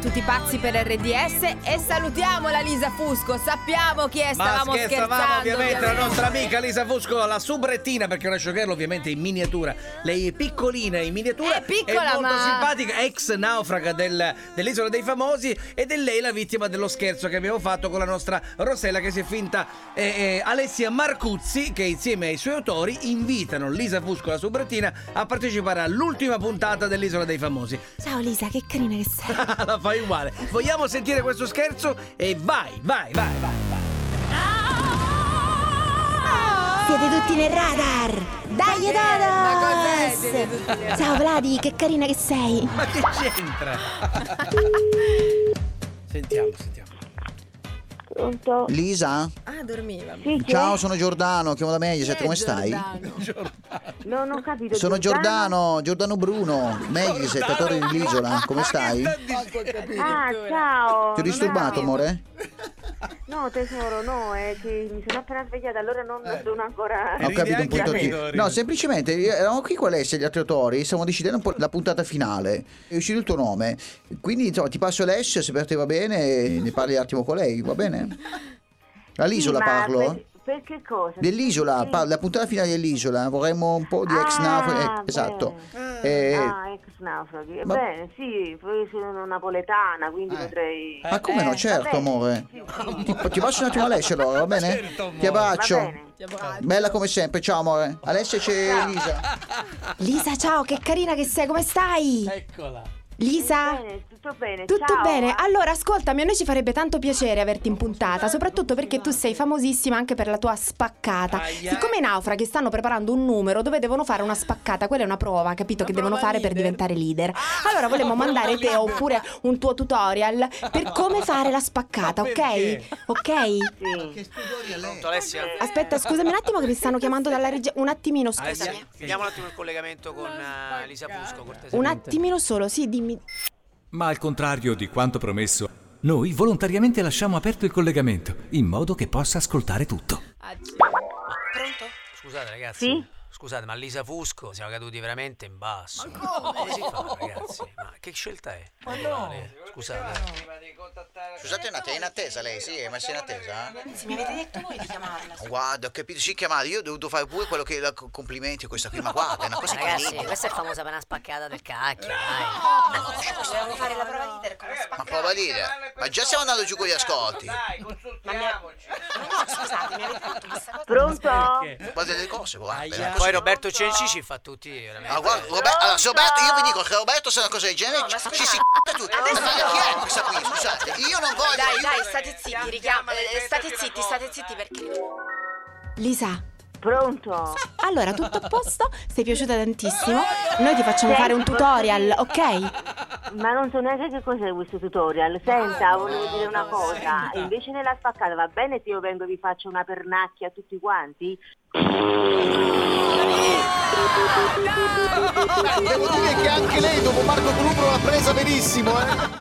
tutti pazzi per RDS e salutiamo la Lisa Fusco. Sappiamo chi è, Ma stavamo scherzando. ovviamente, la ovviamente. nostra amica Lisa Fusco, la subrettina, perché è una showgirl ovviamente in miniatura. Lei è piccolina in miniatura, È piccola, è molto ma- simpatica, ex naufraga del- dell'isola dei famosi ed è lei la vittima dello scherzo che abbiamo fatto con la nostra Rossella che si è finta eh, eh, Alessia Marcuzzi che insieme ai suoi autori invitano Lisa Fusco, la subrettina, a partecipare all'ultima puntata dell'isola dei famosi. Ciao Lisa, che carina che sei. la fai uguale. Vogliamo sentire questo scherzo e vai, vai, vai, vai. Ah, Siete tutti nel radar! Dai, Ma che- ma cos'è, siete tutti nel Edonos! Ciao Vladi, che carina che sei! Ma che c'entra? sentiamo, sentiamo. Pronto? Lisa? Ah, dormiva. Sì, chi è? Ciao, sono Giordano, chiamo da Mediaset, Chi è come stai? Giordano? No, non ho capito. Sono Giordano, Giordano Bruno, Mediaset, attore dell'isola, come stai? Ti Poco ho capito. Ah, addirittura. ciao. ho disturbato, amore? No, tesoro, no, è che mi sono appena svegliata, allora non sono ancora... Eh. Ho Ridi capito un anche punto a me, di... Dori. No, semplicemente eh, eravamo qui con Alessia e gli altri autori, stiamo decidendo un po' la puntata finale. È uscito il tuo nome. Quindi, insomma, ti passo Alessia, se per te va bene, ne parli un attimo con lei, va bene? All'isola Sì, ma parlo? Per, per che cosa? Dell'isola, Sì. par- la puntata finale dell'isola, vorremmo un po' di ex Ah, naufraghi. eh, bene. esatto. Ah. Eh, Ah, ex naufraghi. Ma- Bene, sì, poi sono napoletana, quindi Eh. potrei... ma come no, certo, bene. amore. Sì, sì. Ti, ti passo un attimo Alessia allora, va bene? Certo, amore. Ti Va abbraccio. bene. Bella come sempre, ciao amore. Alessia c'è Elisa. Lisa, ciao, che carina che sei, come stai? Eccola. Lisa? Bene, tutto bene, Tutto ciao. bene? Allora, ascoltami, a noi ci farebbe tanto piacere averti in puntata, soprattutto perché tu sei famosissima anche per la tua spaccata. Aia. Siccome i naufraghi stanno preparando un numero dove devono fare una spaccata, quella è una prova, capito, che devono fare per diventare leader. Allora, volevo mandare te oppure un tuo tutorial per come fare la spaccata, Ma ok? perché? Ok? Sì. Pronto Eh, Alessia? Aspetta, scusami un attimo che mi stanno chiamando dalla regia. Un attimino, Alessia, scusami. vediamo un attimo il collegamento con eh, Lisa Fusco, cortesemente. Un attimino solo, sì, dimmi. Ma al contrario di quanto promesso, noi volontariamente lasciamo aperto il collegamento in modo che possa ascoltare tutto. Pronto? Scusate ragazzi. Sì? Scusate, ma Lisa Fusco siamo caduti veramente in basso. Ma come? si fa, ragazzi? Ma che scelta è? Ma no. Scusate. Scusate un attimo, è in attesa lei, sì, ma sei in attesa? Se mi avete detto voi di chiamarla. Guarda, ho capito, sì, chiamata. Io ho dovuto fare pure quello che. la- Complimenti a questa qui, ma guarda, è una cosa Ragazzi, incredibile. questa è famosa per una spaccata del cacchio, dai. Ma prova a dire, ma già siamo andando giù con gli ascolti. Pronto? Guarda le cose, guarda. è una cosa- Poi Roberto Cenci ci fa tutti veramente. Ma guarda, Roberto, allora, se Roberto, io vi dico che Roberto se è una cosa del genere ci si c***a tutti. Ma guarda chi è questa qui? Scusate, io non voglio. Dai, io- dai, state zitti, richiama, eh, state zitti, state zitti perché... Lisa, Pronto? allora tutto a posto? Sei piaciuta tantissimo? Noi ti facciamo fare un tutorial, ok? Ma non so neanche che cos'è questo tutorial. Senta, volevo dire una cosa. Invece della spaccata va bene se io vengo e vi faccio una pernacchia a tutti quanti? Devo dire che anche lei dopo Marco Colubro l'ha presa benissimo, eh.